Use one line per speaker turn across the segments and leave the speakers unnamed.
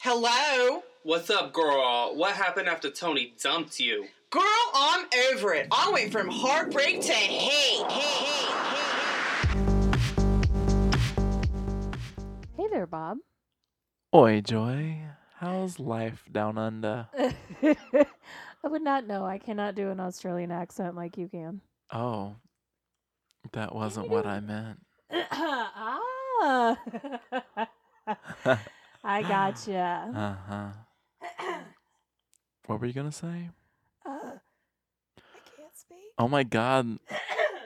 hello?
What's up, girl? What happened after Tony dumped you?
Girl, I'm over it. I went from heartbreak to hate, hate, hate,
Hey there, Bob.
Oi, Joy. How's life down under?
I would not know. I cannot do an Australian accent like you can.
Oh, that wasn't
you
what
do-
I meant.
ah, I gotcha.
Uh huh. What were you gonna say?
Uh, I can't speak.
Oh my god,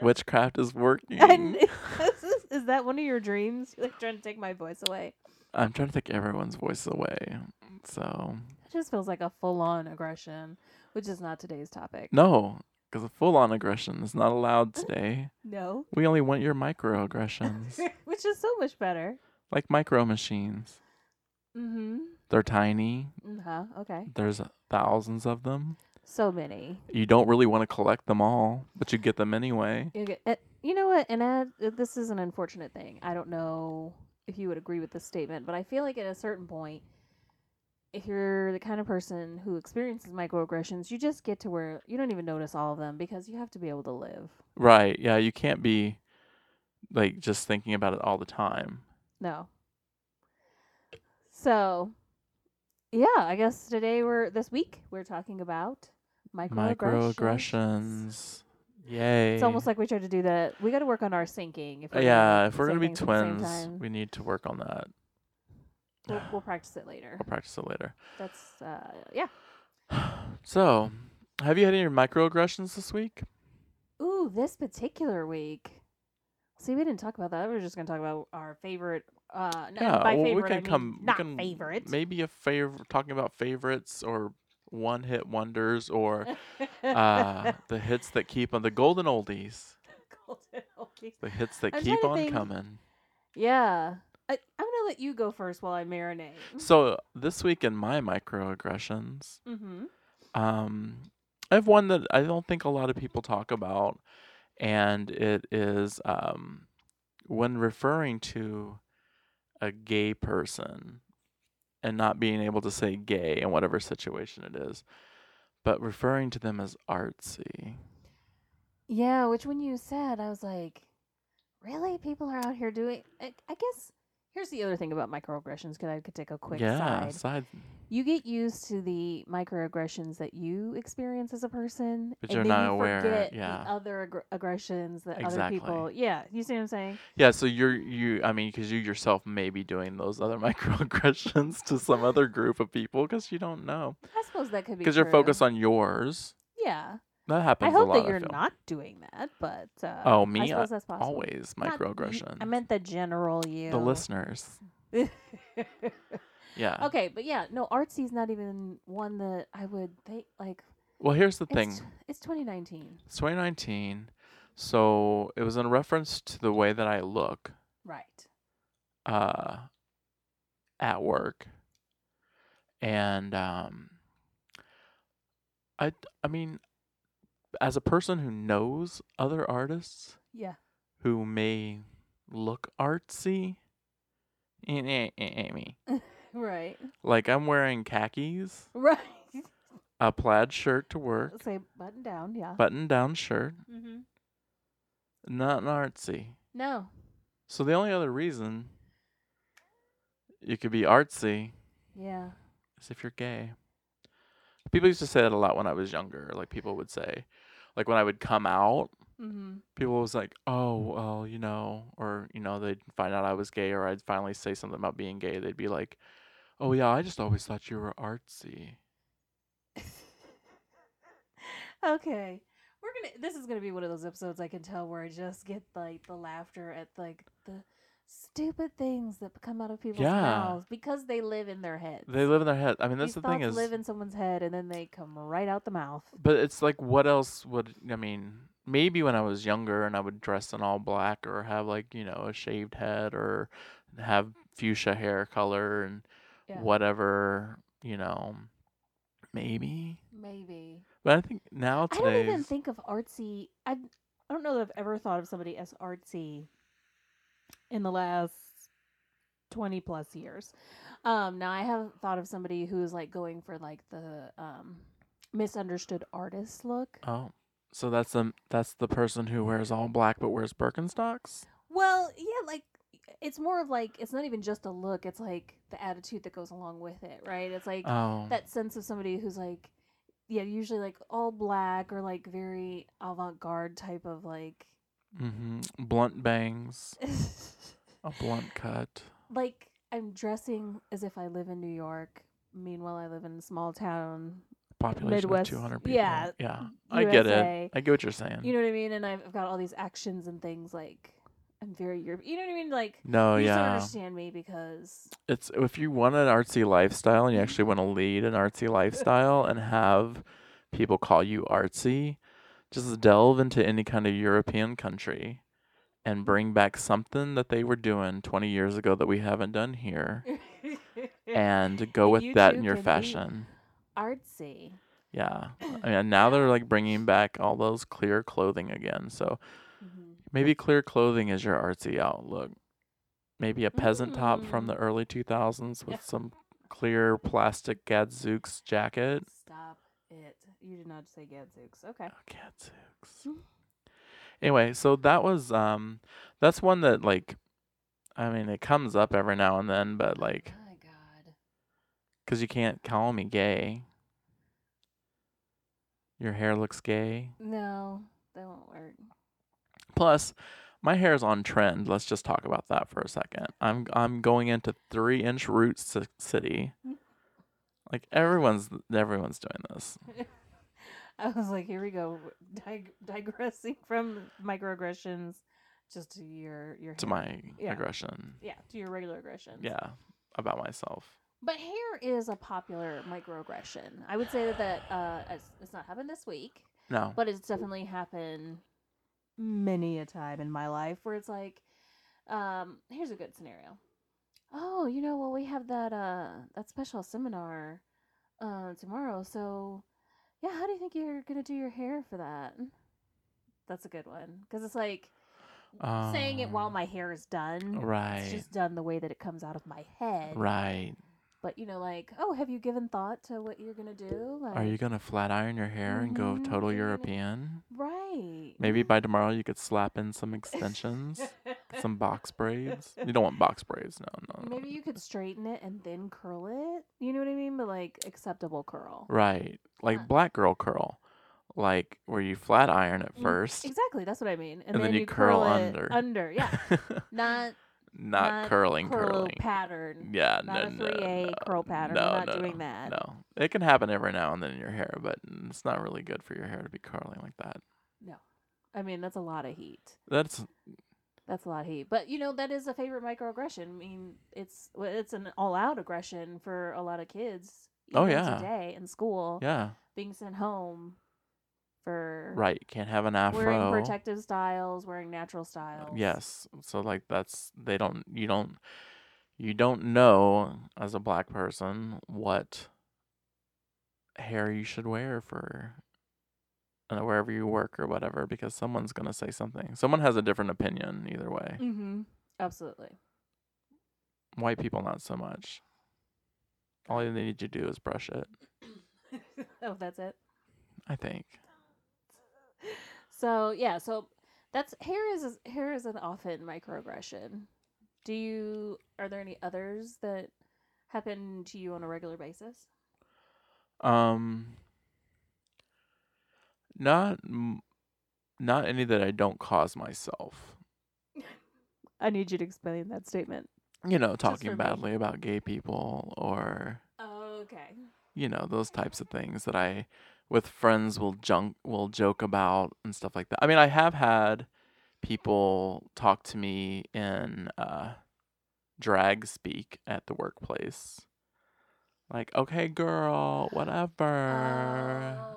witchcraft is working.
And this is, is that one of your dreams? You're like trying to take my voice away.
I'm trying to take everyone's voice away. So,
It just feels like a full-on aggression, which is not today's topic.
no, because a full on aggression is not allowed today.
No.
We only want your microaggressions,
which is so much better.
like micro machines.
Mm-hmm.
They're tiny,
Uh-huh. Okay.
there's thousands of them.
So many.
You don't really want to collect them all, but you get them anyway.
You, get, uh, you know what? And uh, this is an unfortunate thing. I don't know if you would agree with this statement, but I feel like at a certain point, if you're the kind of person who experiences microaggressions, you just get to where you don't even notice all of them because you have to be able to live.
Right. Yeah. You can't be like just thinking about it all the time.
No. So, yeah, I guess today we're this week we're talking about microaggressions.
Microaggressions. Yay.
It's almost like we tried to do that. We got to work on our syncing. If
Uh,
we're gonna
yeah.
do
If we're going to
same
be
things at the same
twins,
time.
we need to work on that.
we'll, we'll practice it later.
We'll practice it later.
That's uh, yeah.
So, have you had any microaggressions this week?
Ooh, this particular week. See, we didn't talk about that. We were just gonna talk about our favorite. Uh, n- and by
well,
favorite,
we can
I mean
come.
Not
we can
favorite.
Maybe a favorite. Talking about favorites or one-hit wonders or uh, the hits that keep on the golden oldies.
Golden oldies.
The hits that
I'm trying
keep
to
on
think.
coming.
Yeah, I, I'm gonna let you go first while I marinate.
So this week in my microaggressions,
Mm-hmm.
um, I have one that I don't think a lot of people talk about, and it is um, when referring to a gay person and not being able to say gay in whatever situation it is, but referring to them as artsy.
Yeah, which when you said, I was like, really? People are out here doing. I, I guess here's the other thing about microaggressions. Because I could take a quick
yeah,
side.
side,
you get used to the microaggressions that you experience as a person,
But
and
you're
then
not
you
aware,
forget
yeah.
the other aggr- aggressions that other
Exactly.
people. Yeah, you see what I'm saying?
yeah. So you're you. I mean, because you yourself may be doing those other microaggressions to some other group of people because you don't know.
I suppose that could be
because you're focused on yours.
Yeah,
That happens.
I hope
a lot,
that you're
feel.
not doing that, but uh,
Oh, me?
I
I-
suppose that's possible.
always
Not you-
microaggression.
I meant the general you.
the listeners. Yeah.
okay, but yeah, no, artsy's not even one that I would think like.
Well, here's the thing.
It's, tw- it's 2019,
It's 2019, so it was in reference to the way that I look
right?
uh, at work, and um, I I mean, as a person who knows other artists,
Yeah.
who may look artsy. Eh, eh, eh, eh, me.
Right.
Like I'm wearing khakis,
Right.
a plaid shirt to work,
Say button down. Yeah.
button down shirt,
mm-hmm.
not an artsy.
No.
So the only other reason you could be artsy
Yeah.
is if you're gay. People used to say that a lot when I was younger. Like people would say, like when I would come out,
Mm-hmm.
people was like, "Oh, well, you know," or you know, they'd find out I was gay, or I'd finally say something about being gay. They'd be like, "Oh yeah, I just always thought you were artsy."
okay. We're gonna this is gonna be one of those episodes I can tell where I just get like the laughter at like the stupid things that come out of people's
Yeah.
mouths because they live in their heads.
They live in their head. I mean, that's
These
the thing
thoughts
is,
live in someone's head and then they come right out the mouth.
But it's like, what else would I mean? Maybe when I was younger and I would dress in all black or have like you know a shaved head or have fuchsia hair color and
Yeah.
whatever you know, maybe.
Maybe.
But I think now
I don't
today,
even think of artsy I I don't know that I've ever thought of somebody as artsy in the last 20 plus years. Um, now I have thought of somebody who's like going for like the um, misunderstood artist look.
Oh, so that's the that's the person who wears all black but wears Birkenstocks.
Well, yeah, like it's more of like it's not even just a look; it's like the attitude that goes along with it, right? It's like
Oh,
that sense of somebody who's like, yeah, usually like all black or like very avant-garde type of like,
hmm blunt bangs, a blunt cut.
like I'm dressing as if I live in New York. Meanwhile, I live in a small town.
Population
Midwest-
of 200 people.
yeah,
yeah. I get
USA.
it. I get what you're saying.
You know what I mean? And I've, I've got all these actions and things like I'm very European. You know what I mean? Like
no,
you just don't
Oh, yeah.
understand me because
It's if you want an artsy lifestyle and you actually want to lead an artsy lifestyle and have people call you artsy, just delve into any kind of European country and bring back something that they were doing 20 years ago that we haven't done here and go
And
with
you
that
too
in your
can be-
fashion.
artsy.
Yeah. I mean, now they're like bringing back all those clear clothing again. So
Mm-hmm.
maybe clear clothing is your artsy outlook. Maybe a peasant top from
Mm.
the early 2000s with some clear plastic gadzooks jacket. Oh,
Stop it! You did not say gadzooks. Okay.
Gadzooks.
Mm.
Anyway, so that was um that's one that like I mean it comes up every now and then, but like
Oh, My God.
cuz you can't call me gay. Your hair looks gay.
No, that won't work.
Plus, my hair is on trend. Let's just talk about that for a second. I'm I'm going into three inch root ci- city.
Mm.
Like everyone's everyone's doing this.
I was like, here we go, dig- digressing from microaggressions, just to your your
To
hair.
my
Yeah.
aggression.
yeah to your regular aggressions.
Yeah, about myself.
But hair is a popular microaggression. I would say that that uh, it's, it's not happened this week,
No.
but it's definitely happened many a time in my life where it's like, um, here's a good scenario. Oh, you know, well, we have that uh, that special seminar uh, tomorrow, so yeah, how do you think you're gonna do your hair for that? That's a good one because it's like saying it while
Um,
my hair is done. It's
Right.
just done the way that it comes out of my head.
Right.
But you know, like, oh, have you given thought to what you're gonna do? Like,
Are you gonna flat iron your hair and go
Mhm,
total
you're gonna-
European?
right?
Maybe by tomorrow you could slap in some extensions, some box braids. You don't want box braids, no, no. no.
Maybe you could straighten it and then curl it. You know what I mean? But like acceptable curl.
Right. Like
Uh,
black girl curl. Like where you flat iron at
Mm,
first.
Exactly. That's what I mean. And,
And then you curl
it
under.
Under, yeah. Not
not,
not
curling
curl
curling.
pattern.
yeah,
not
no,
a
no,
3A
no,
curl pattern.
No,
We're not
no,
doing
no,
that.
No. It can happen every now and then in your hair, but it's not really good for your hair to be curling like that.
I mean, that's a lot of heat.
That's
That's a lot of heat. But you know, that is a favorite microaggression. I mean, it's well, it's an all-out aggression for a lot of kids.
Oh,
even
yeah.
Today in school,
yeah.
being sent home for
Right. Can't have an
wearing
afro.
protective styles, wearing natural styles.
Yes. So like that's they don't you don't you don't know as a black person what hair you should wear for uh, wherever you work or whatever because someone's going to say something. Someone has a different opinion either way.
Mm-hmm. Absolutely.
White people not so much. All they need to do is brush it,
Oh, that's it.
I think.
So yeah, so that's hair is hair is an often microaggression. Do you are there any others that happen to you on a regular basis?
Um not m- not any that I don't cause myself.
I need you to explain that statement.
you know, talking
for me.
badly about gay people or
Okay.
you know those types of things that I with friends will junk will joke about and stuff like that. I mean, I have had people talk to me in uh, drag speak at the workplace, like "Okay, girl, whatever." Uh,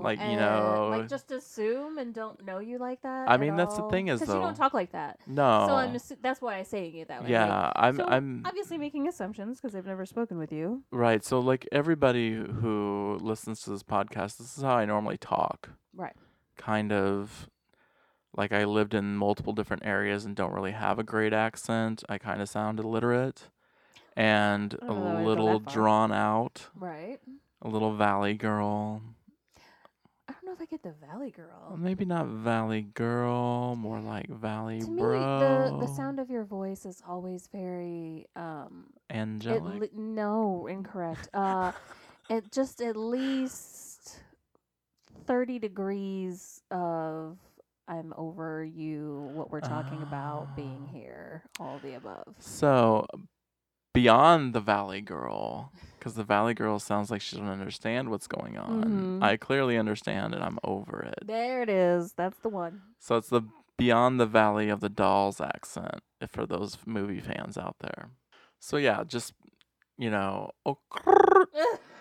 like, you
Oh. and,
know-
like just assume and don't know you like that.
I
at
mean, that's the
all?
thing is,
'Cause you don't
though-
talk like that.
No,
Oh. So I'm assu- that's why I'm saying it that way. like,
Oh. yeah, I'm
so
I'm
obviously making assumptions because I've never spoken with you.
right. So like everybody who listens to this podcast, this is how I normally talk.
Right.
kind of Like I lived in multiple different areas and don't really have a great accent. I kind of sound illiterate and
I
a
don't know that I'd go
little
that far.
drawn out,
Right.
a little valley girl.
I don't know if I get the Valley
Well,
Girl.
Maybe not valley girl, more like valley
To me,
bro.
the, the sound of your voice is always very um It
angelic.
le- no, incorrect. Uh, it just at least thirty degrees of I'm over you. What we're talking about being
Ah.
here, all the above.
So, beyond the Valley Girl, because the Valley Girl sounds like she doesn't understand what's going on.
Mhm.
I clearly understand, and I'm over it.
There it is. That's the one.
So it's the beyond the Valley of the Dolls accent if for those movie fans out there. So yeah, just you know, oh,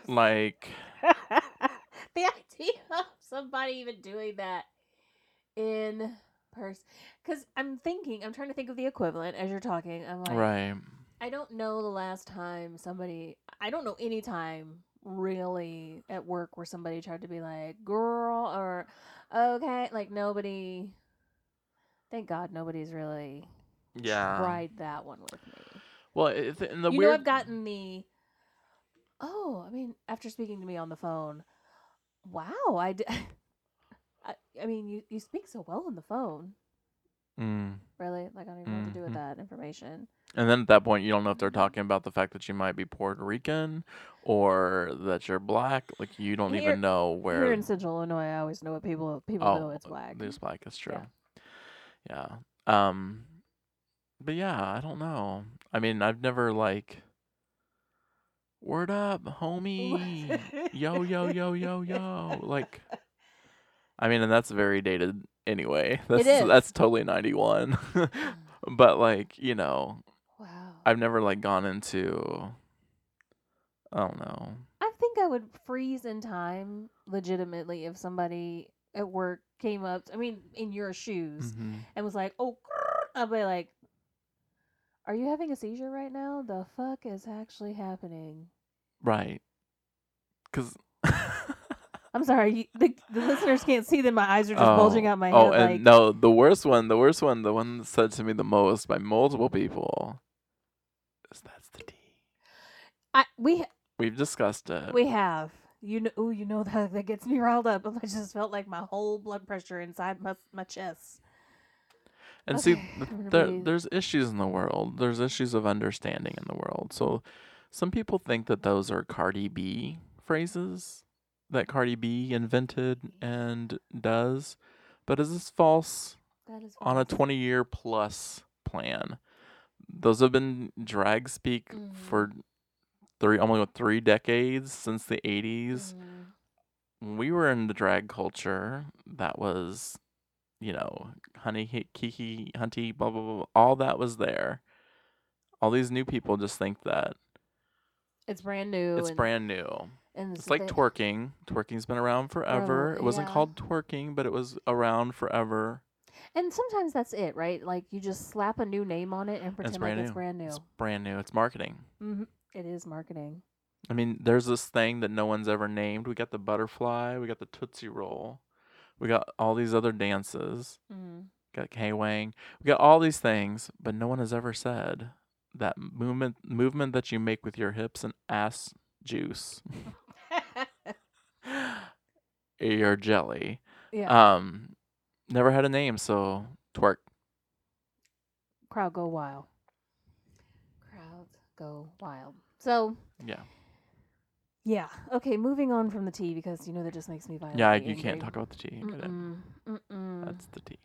like
the idea of somebody even doing that in person, because I'm thinking, I'm trying to think of the equivalent as you're talking. I'm like,
right,
I don't know the last time somebody I don't know any time really at work where somebody tried to be like girl or okay like nobody thank god nobody's really
yeah.
tried that one with me
Well, it, th- and the
you know
weird
i've gotten the oh i mean after speaking to me on the phone wow i did I, I mean you, you speak so well on the phone
Mm.
really like i don't even know what to do with
Mhm.
that information
And then at that point, you don't know if they're talking about the fact that you might be Puerto Rican or that you're black. Like you don't
Here-
even know where Oh,
Here in Central Illinois, I always know what people people know it's black.
It's black. It's true.
Yeah.
Yeah. Um. But yeah, I don't know. I mean, I've never like. Word up, homie. yo, yo, yo, yo, yo. Like. I mean, and that's very dated anyway. That's
is.
that's totally ninety one. but like, you know,
Wow. I,
I've never like gone into. I don't know.
think I would freeze in time legitimately if somebody at work came up. I mean, in your shoes,
Mhm.
and was like, "Oh," grrr," I'd be like, "Are you having a seizure right now? The fuck is actually happening?"
Right. Because.
I'm sorry, you, the, the listeners can't see that my eyes are just bulging out my head.
Oh, and
like,
no, the worst one, the worst one, the one that said to me the most by multiple people is that's the D.
I, we
We've discussed it.
We have. You know, ooh, you know that that gets me riled up. I just felt like my whole blood pressure inside my my chest.
and see,
okay,
th-
I'm gonna
there,
breathe.
there's issues in the world. There's issues of understanding in the world. So some people think that those are Cardi B phrases that Cardi B invented and does, but is this false?
That is
on a
false.
20 year plus plan. Those have been drag speak
Mhm.
for three almost what, three decades since the 80s.
Mhm.
When we were in the drag culture, that was, you know, honey, hi- kiki, hunty, blah, blah, blah, blah. All that was there. All these new people just think that
It's brand new.
it's
and-
brand new.
And
It's like
they-
twerking. Twerking's been around forever. It wasn't
yeah.
called twerking, but it was around forever.
And sometimes that's it, right? Like you just slap a new name on it and pretend like
brand
it's
new.
brand new.
It's brand new. It's marketing.
hmm It is marketing.
I mean, there's this thing that no one's ever named. We got the butterfly, we got the Tootsie Roll, we got all these other dances,
Mm.
got K Wang, we got all these things, but no one has ever said that movement movement that you make with your hips and ass juice, your jelly.
yeah.
Um, never had a name, so twerk.
Crowd go wild. Crowds go wild. So
Yeah,
yeah. Okay. Moving on from the tea because you know that just makes me violent.
yeah. You can't talk about the T. I get it.
Mm-mm. Mm-mm.
That's the T.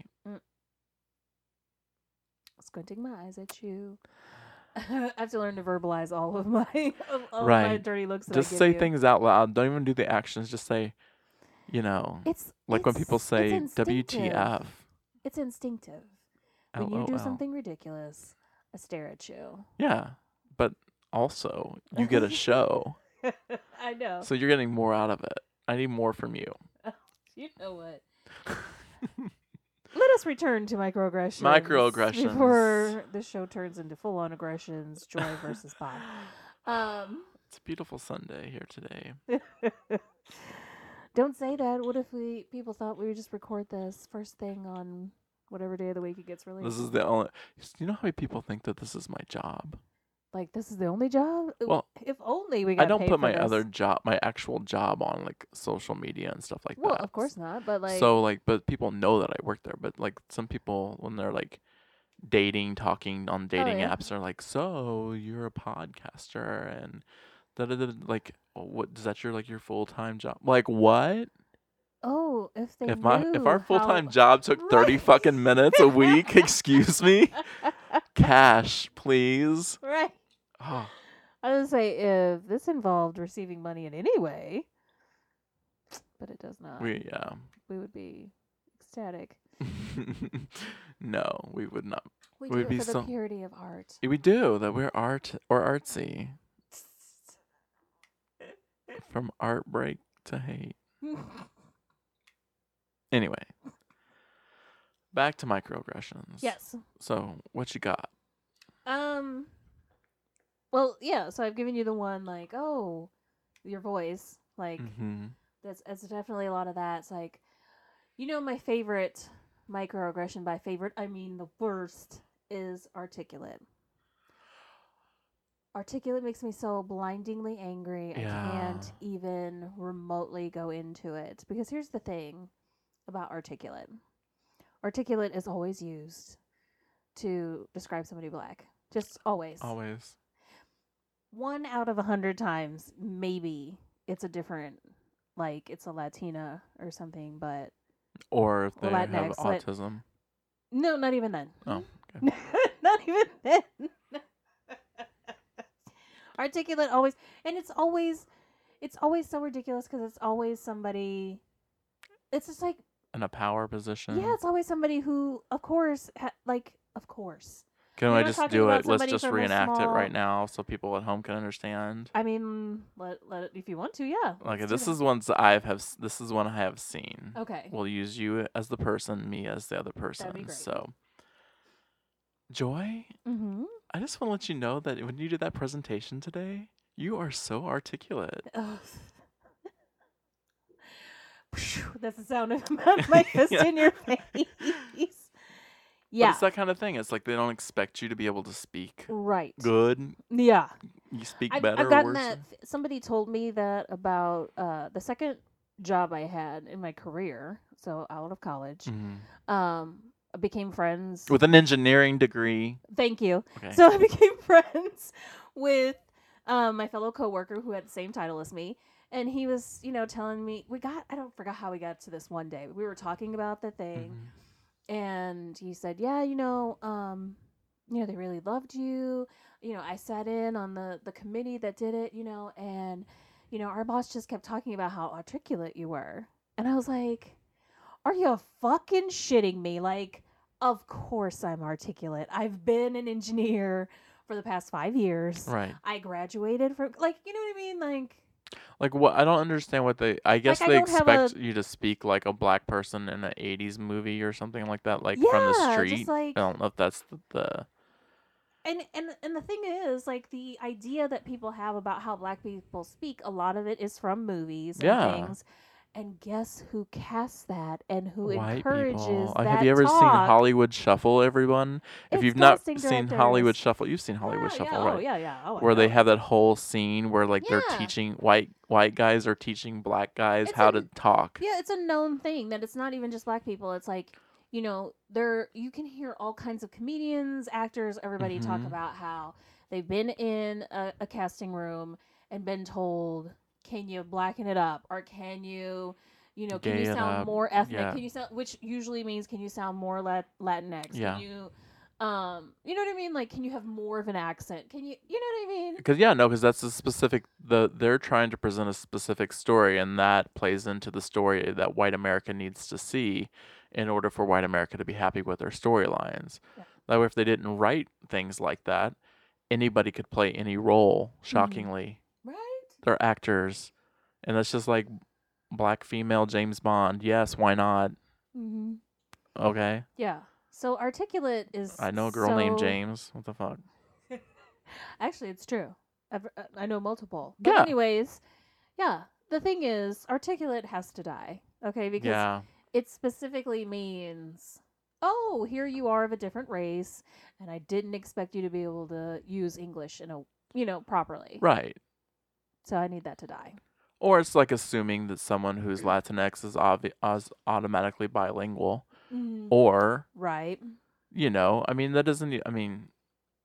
squinting my eyes at you. I have to learn to verbalize all of my of all of my
Right.
dirty looks. That I
Just
give
say
you.
things out loud. Don't even do the actions. Just say, you know.
It's
Like when people
it's- it's
say
instinctive.
WTF.
It's instinctive. When you do
LOL.
something ridiculous, I stare at you.
Yeah. But also, you get a show.
I know.
so you're getting more out of it. I need more from you.
you know what? Let us return to microaggressions.
Microaggressions.
Before the show turns into full on aggressions, joy versus pop. Um,
It's a beautiful Sunday here today.
Don't say that. What if we people thought we would just record this first thing on whatever day of the week it gets released.
This is the only. You know how many people think that this is my job?
like this is the only job. Uh,
Well,
if only we got.
I don't
paid
put
for
my
this.
other job, my actual job, on like social media and stuff like
Well,
that.
of course not, but like
so like, but people know that I work there. But like, some people when they're like dating, talking on dating
Oh, yeah.
apps, are like, "So you're a podcaster and da da da." Like, "Oh, what is that? Your like your full time job? Like what?
oh, if they
if my if our
knew
full time
how-
job took thirty
Right.
fucking minutes a week, excuse me, cash, please.
right.
Oh,
I would say if this involved receiving money in any way, but it does not.
we yeah.
we would be ecstatic.
no, we would not.
We
We'd
do
be
it for the
so-
purity of art.
We do that. We're art or artsy. From art break to hate. Anyway, back to microaggressions.
yes.
So what you got?
Um. Well, yeah. So I've given you the one like, oh, your voice, like
Mm-hmm.
that's that's definitely a lot of that. It's like, you know, my favorite microaggression by favorite, I mean the worst is articulate. Articulate makes me so blindingly angry. I can't even remotely go into it because here's the thing about articulate. Articulate is always used to describe somebody black. Just always
Always.
one out of a hundred times, maybe it's a different, like it's a Latina or something. But
Or if they
Well,
have
that next, like-
autism.
no, not even then.
Oh, okay.
not even then. Articulate always, and it's always, it's always so ridiculous because it's always somebody. It's just like
In a power position.
yeah, it's always somebody who, of course, ha- like of course.
Can
We're
I
not
just
talking
do
about
it? Let's
somebody
just
from a
reenact it
small-
right now so people at home can understand.
I mean, let let if you want to, yeah.
Okay,
let's do
this
that.
is ones that I have. s- This is one I have seen.
okay.
We'll use you as the person, me as the other person.
great.
So, Joy,
mm-hmm.
I just want to let you know that when you did that presentation today, you are so articulate.
Oh. That's the sound of my my fist in your face.
But
Yeah.
it's that kind of thing. It's like they don't expect you to be able to speak
Right.
good.
Yeah.
You speak
I've,
better.
I've
or
gotten
worse.
that. Somebody told me that about uh, the second job I had in my career, so out of college.
Mhm.
Um, I became friends.
With an engineering degree.
thank you.
Okay.
So I became friends with um, my fellow coworker who had the same title as me, and he was, you know, telling me we got. I don't forget how we got to this one day. We were talking about the thing,
Mhm.
and he said, "Yeah, you know, um, you know, they really loved you. You know, I sat in on the the committee that did it. You know, and you know, our boss just kept talking about how articulate you were, and I was like, Are you fucking shitting me? Like, of course I'm articulate. I've been an engineer for the past five years.
Right.
I graduated from like, you know what I mean? Like,
Like what? I don't understand what they. I guess
I
they
don't have
expect you to speak like a black person in an '80s movie or something like that, like from the
Yeah, just
street.
like-
I don't know if that's the. the
and and and the thing is like the idea that people have about how black people speak a lot of it is from movies and
Yeah.
things and guess who casts that and who
White
encourages
people. Uh,
that
Have you ever seen
talk?
Hollywood Shuffle, everyone? if
It's
you've not
casting
seen Hollywood
directors.
Shuffle, you've seen Hollywood
yeah,
Shuffle,
yeah.
right?
oh yeah yeah oh, I
Where they
know.
have that whole scene where like
Yeah.
they're teaching white white guys are teaching black guys
It's
how
a-
to talk.
Yeah, it's a known thing that it's not even just black people. It's like, you know, there you can hear all kinds of comedians, actors, everybody talk
Mhm.
about how they've been in a, a casting room and been told, "Can you blacken it up?" or "Can you, you know, can you
Gay it
sound
up,
more ethnic?
yeah.
Can you sound?" Which usually means, "Can you sound more lat- Latinx?
Yeah.
Can you, um, you know what I mean? Like, can you have more of an accent? Can you, you know what I mean?"
Cause yeah, no, because that's a specific. The they're trying to present a specific story, and that plays into the story that white America needs to see, in order for white America to be happy with their storylines.
Yeah.
That way, if they didn't write things like that, anybody could play any role.
Mm-hmm.
Shockingly,
Right?
they're actors, and that's just like black female James Bond. Yes, why not?
Mm-hmm.
Okay,
Yeah. So articulate is.
I know a girl named
so-
James. What the fuck?
Actually, it's true. I've, uh, I know multiple. But
Yeah.
anyways, yeah. The thing is, articulate has to die. Okay, because
yeah,
it specifically means oh, here you are of a different race, and I didn't expect you to be able to use English in a you know properly.
Right.
So I need that to die.
Or it's like assuming that someone who's Latinx is, obvi- is automatically bilingual. Oh.
Mm-hmm.
Or,
Right.
you know, I mean, that doesn't, e- I mean,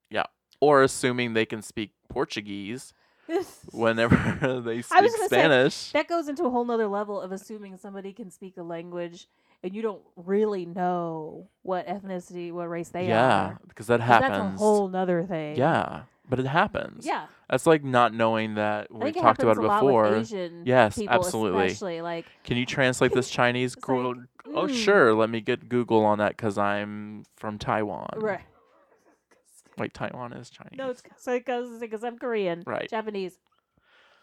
yeah. Or assuming they can speak Portuguese whenever they speak
was gonna say,
Spanish.
that goes into a whole nother level of assuming somebody can speak a language and you don't really know what ethnicity, what race they
yeah,
are.
because that
'Cause
happens.
That's a whole nother thing.
yeah, but it happens.
Yeah.
That's like not knowing that
I
we
think it
talked about
happens
it
a lot with
before.
Asian
Yes,
people
absolutely.
Especially like
Can you translate this Chinese?
It's like,
girl? oh,
mm.
sure. Let me get Google on that because I'm from Taiwan.
right.
Wait, Taiwan is Chinese.
No, it's because I'm Korean.
Right.
Japanese.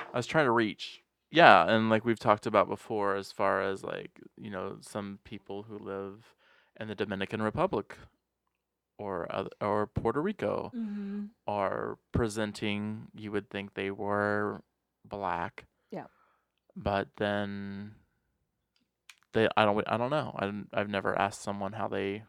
I was trying to reach. Yeah, and like we've talked about before, as far as like you know, some people who live in the Dominican Republic or oth- or Puerto Rico
Mm-hmm.
are presenting, you would think they were black.
Yeah.
But then they, I don't, I don't know. I didn't- I've never asked someone how they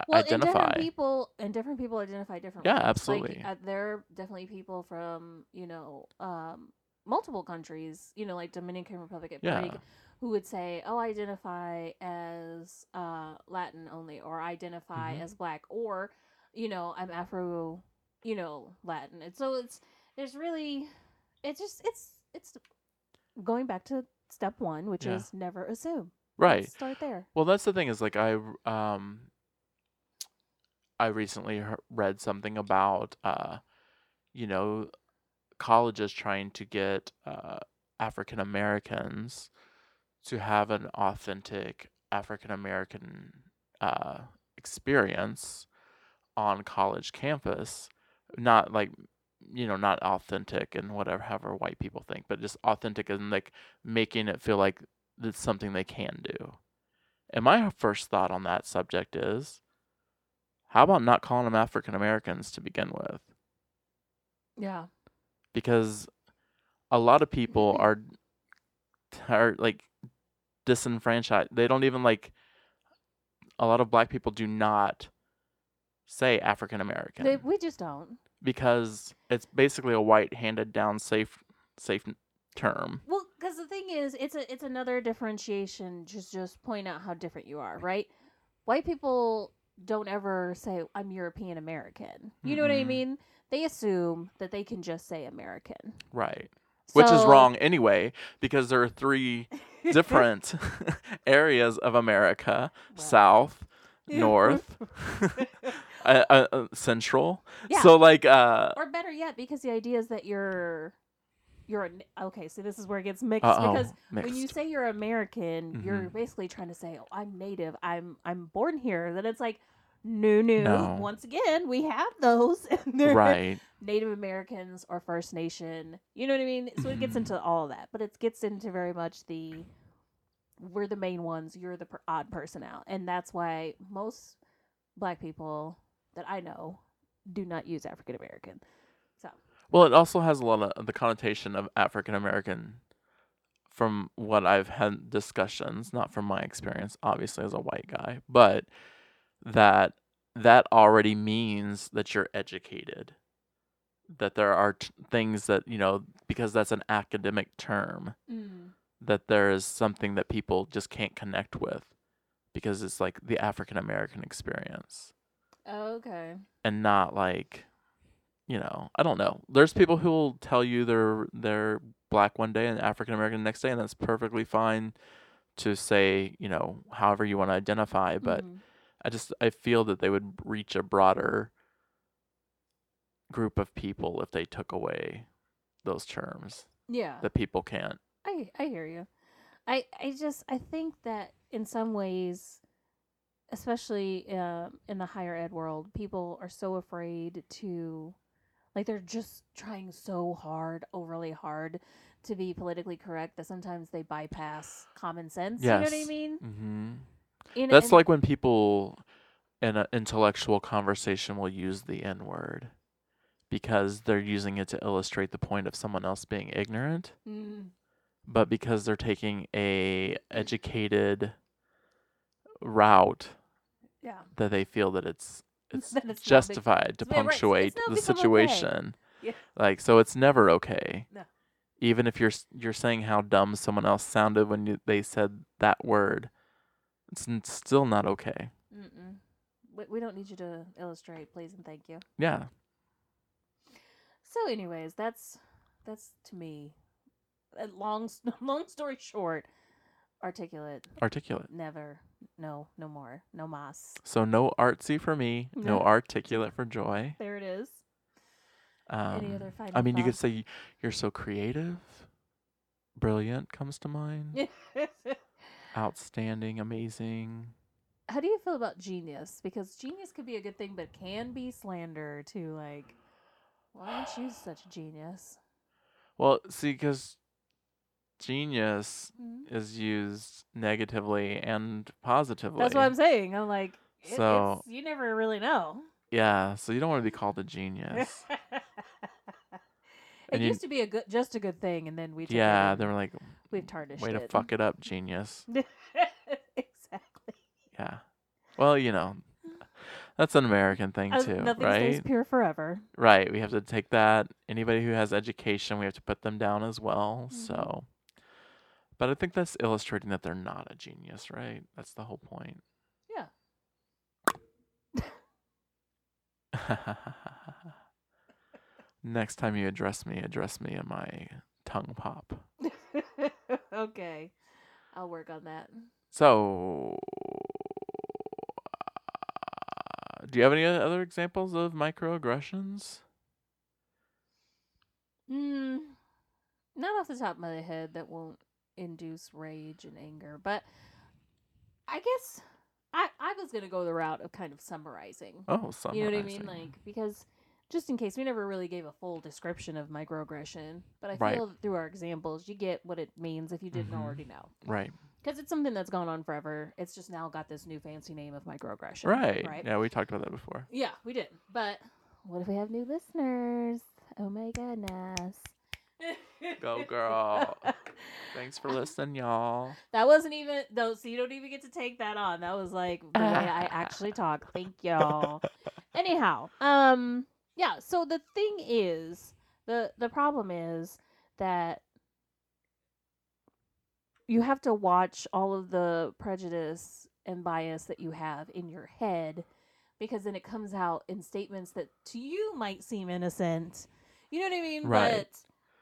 i-
Well, and
identify.
different people and different people identify differently.
Yeah,
Like,
absolutely.
uh, there are definitely people from you know um, multiple countries, you know, like Dominican Republic, and Puerto
Yeah.
Rico, who would say, "Oh, I identify as uh, Latin only," or "I identify
Mhm.
as Black," or you know, "I'm Afro," you know, Latin. And so it's there's really it's just it's it's going back to step one, which
Yeah.
is never assume.
right.
Let's start there.
Well, that's the thing is like I r- um I recently hear- read something about uh you know colleges trying to get uh African Americans to have an authentic African American uh experience on college campus not like you know not authentic and whatever however white people think but just authentic and like making it feel like it's something they can do and my first thought on that subject is how about not calling them African Americans to begin with?
Yeah.
Because a lot of people are are like disenfranchised. They don't even like a lot of black people do not say African American
They, we just don't.
because it's basically a white handed down safe safe term.
Well, because the thing is, it's a it's another differentiation. Just just point out how different you are, right? White people don't ever say I'm European American. You know what I
Mm-mm.
mean? They assume that they can just say American,
Right. Which is
So-
wrong anyway because there are three different areas of America
Well.
south north uh, uh, uh, central
Yeah.
so like uh
or better yet, because the idea is that you're you're an- okay. So this is where it gets mixed
oh
because when you say you're American,
Mm-hmm.
you're basically trying to say, "Oh, I'm native. I'm I'm born here." Then it's like, no, no.
No.
Once again, we have those, and they're
right
Native Americans or First Nation. You know what I mean? So it gets
Mhm.
into all of that, but it gets into very much the we're the main ones, you're the per- odd person out. And that's why most black people that I know do not use African American. So,
well it also has a lot of the connotation of african american from what i've had discussions not from my experience obviously as a white guy but that that already means that you're educated that there are t- things that you know because that's an academic term
Mm.
that there is something that people just can't connect with because it's like the African American experience
Oh, okay.
and not like you know, I don't know. There's people who will tell you they're they're black one day and African American the next day and that's perfectly fine to say, you know, however you want to identify, but
Mm-hmm.
I just I feel that they would reach a broader group of people if they took away those terms
yeah.
that people can't.
I I hear you. I I just I think that in some ways, especially um, in the higher ed world, people are so afraid to, like they're just trying so hard, overly hard, to be politically correct that sometimes they bypass common sense. You know what I
Yes.
mean?
Mhm.
And-
That's
and-
like when people in an intellectual conversation will use the N word because they're using it to illustrate the point of someone else being ignorant,
Mm,
but because they're taking a educated route
Yeah.
that they feel that it's it's,
That it's not big-
justified to
it's not right, it's-
punctuate
it's not
the
become okay.
situation.
Yeah.
Like so, it's never okay.
No.
Even if you're s- you're saying how dumb someone else sounded when you, they said that word, it's n- still not okay.
Mm-mm. We, we don't need you to illustrate, please and thank you.
Yeah.
So, anyways, that's that's to me. a Long s- long story short, articulate.
Articulate.
Never. No. No more. No mas.
So no artsy for me. No
No.
articulate for joy.
There it is.
Um,
Any other final
I mean, you could
thoughts?
say you're so creative. Brilliant comes to mind. Outstanding, amazing.
How do you feel about genius? Because genius could be a good thing, but can be slander to like, why aren't you such a genius?
Well, see, because genius
Mhm.
is used negatively and positively.
That's what I'm saying. I'm like, it-
So-
it's- you never really know.
Yeah, so you don't want to be called a genius.
it
And you-
used to be a good, just a good thing, and then we took it
yeah,
and
they were like,
we've tarnished
way
it.
to fuck it up, genius.
exactly.
Yeah. Well, you know,
Mm.
that's an American thing
Uh,
too,
nothing stays
right?
pure forever.
Right. We have to take that. Anybody who has education, we have to put them down as well.
Mhm.
So, but I think that's illustrating that they're not a genius, right? That's the whole point.
Yeah.
Next time you address me, address me in my tongue pop.
okay, I'll work on that.
So, uh, do you have any o- other examples of microaggressions?
Mm, not off the top of my head that won't induce rage and anger, but I guess I I was gonna go the route of kind of summarizing.
Oh, some.
You know what I mean? Like because just in case we never really gave a full description of microaggression, but I
Right.
feel through our examples you get what it means if you didn't
Mhm.
already know.
right,
Because it's something that's gone on forever. It's just now got this new fancy name of microaggression.
right,
Right.
Yeah, we talked about that before.
Yeah, we did. But what if we have new listeners? Oh my goodness.
Go, girl. Thanks for listening, y'all.
That wasn't even though so you don't even get to take that on. That was like the way I actually talk. Thank y'all. Anyhow, um yeah, so the thing is the the problem is that you have to watch all of the prejudice and bias that you have in your head because then it comes out in statements that to you might seem innocent. You know what I mean?
Right.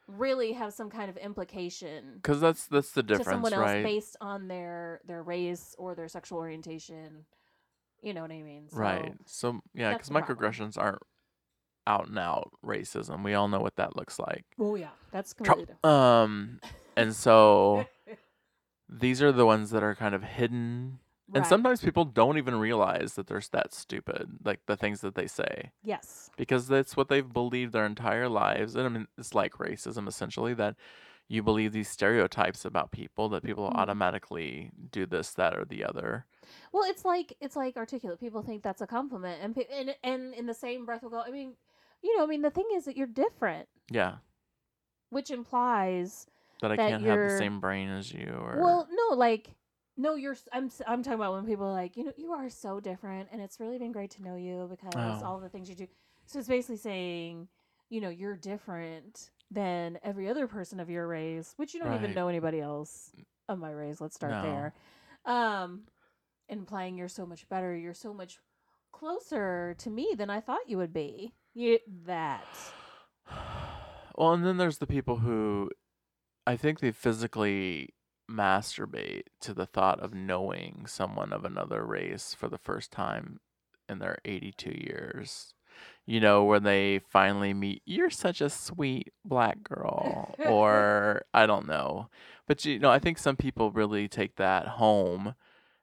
But really have some kind of implication
Because that's that's the
to
difference,
someone else
right?
based on their their race or their sexual orientation. You know what I mean? So,
right. So yeah,
that's
because
the problem.
microaggressions aren't out and out racism. We all know what that looks like.
Oh yeah, that's
Trump.
completely different.
Um, and so these are the ones that are kind of hidden, and
Right.
sometimes people don't even realize that they're s- that stupid, like the things that they say,
yes,
because that's what they've believed their entire lives. And I mean, it's like racism essentially that you believe these stereotypes about people that people
Mhm.
automatically do this, that, or the other.
well, it's like it's like articulate. People think that's a compliment, and pe- and and in the same breath will go. I mean, you know, I mean, the thing is that you're different,
Yeah,
which implies
that I
That
can't have the
you're-
same brain as you, or
Well, no, like no, you're. s- I'm. s- I'm talking about when people are like you know you are so different, and it's really been great to know you because
Oh.
all the things you do. So it's basically saying, you know, you're different than every other person of your race, which you don't even
Right.
know anybody else of my race. Let's start
No.
there. Um, implying you're so much better, you're so much closer to me than I thought you would be. You that
well, and then there's the people who I think they physically masturbate to the thought of knowing someone of another race for the first time in their 82 years. You know, where they finally meet, you're such a sweet black girl, or I don't know. But you know, I think some people really take that home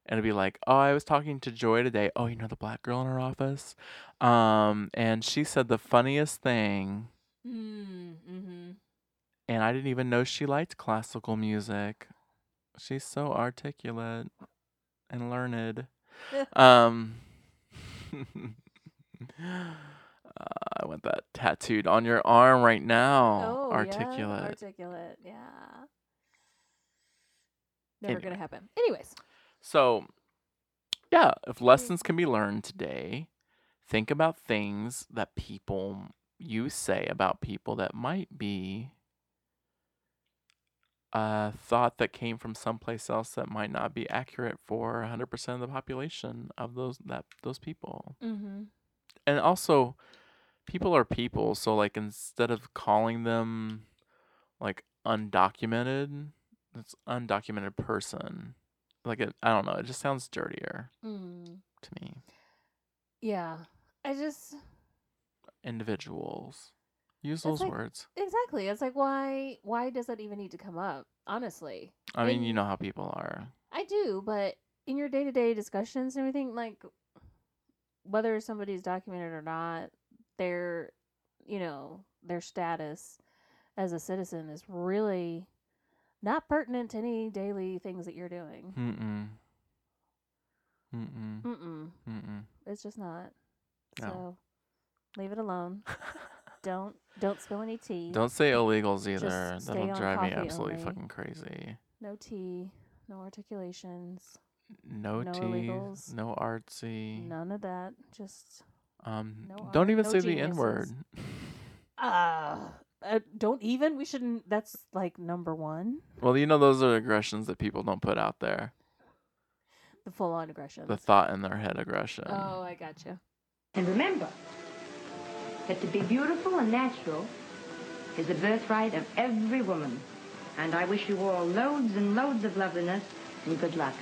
and be like, oh, I was talking to Joy today. Oh, you know, the black girl in her office? Um, and she said the funniest thing Hmm,
Mm, mm-hmm.
and I didn't even know she liked classical music. She's so articulate and learned. um, uh, Ah, I want that tattooed on your arm right now.
Oh, yeah,
Oh, articulate.
articulate, yeah. Never
Anyway.
gonna happen. Anyways,
so, yeah, if lessons can be learned today, think about things that people you say about people that might be a thought that came from someplace else that might not be accurate for 100% of the population of those that those people.
Mm-hmm.
And also people are people, so like instead of calling them like undocumented, it's undocumented person. Like it, I don't know, it just sounds dirtier
Mm.
to me.
Yeah. I just individuals.
Use
That's
those
like-
words.
exactly. It's like why why does that even need to come up? Honestly.
I mean, you
and-
know how people are.
I do, but in your day to day discussions and everything, like whether somebody's documented or not, their you know, their status as a citizen is really not pertinent to any daily things that you're doing.
Mm-mm. Mm-mm.
Mm-mm.
Mm-mm.
It's just not.
No.
So leave it alone. Don't don't spill any tea.
Don't say illegals either.
stay
That'll
on
drive me
coffee
absolutely
only.
fucking crazy.
No tea. No articulations.
No,
No
tea,
illegals.
no artsy.
None of that. Just
Um,
No
don't
art,
even
no
say the N
geniuses.
word.
uh, uh don't even we shouldn't that's like number one.
Well, you know those are aggressions that people don't put out there.
The full on aggression.
The thought in their head aggression.
oh, I gotcha.
And remember that to be beautiful and natural is the birthright of every woman. And I wish you all loads and loads of loveliness and good luck.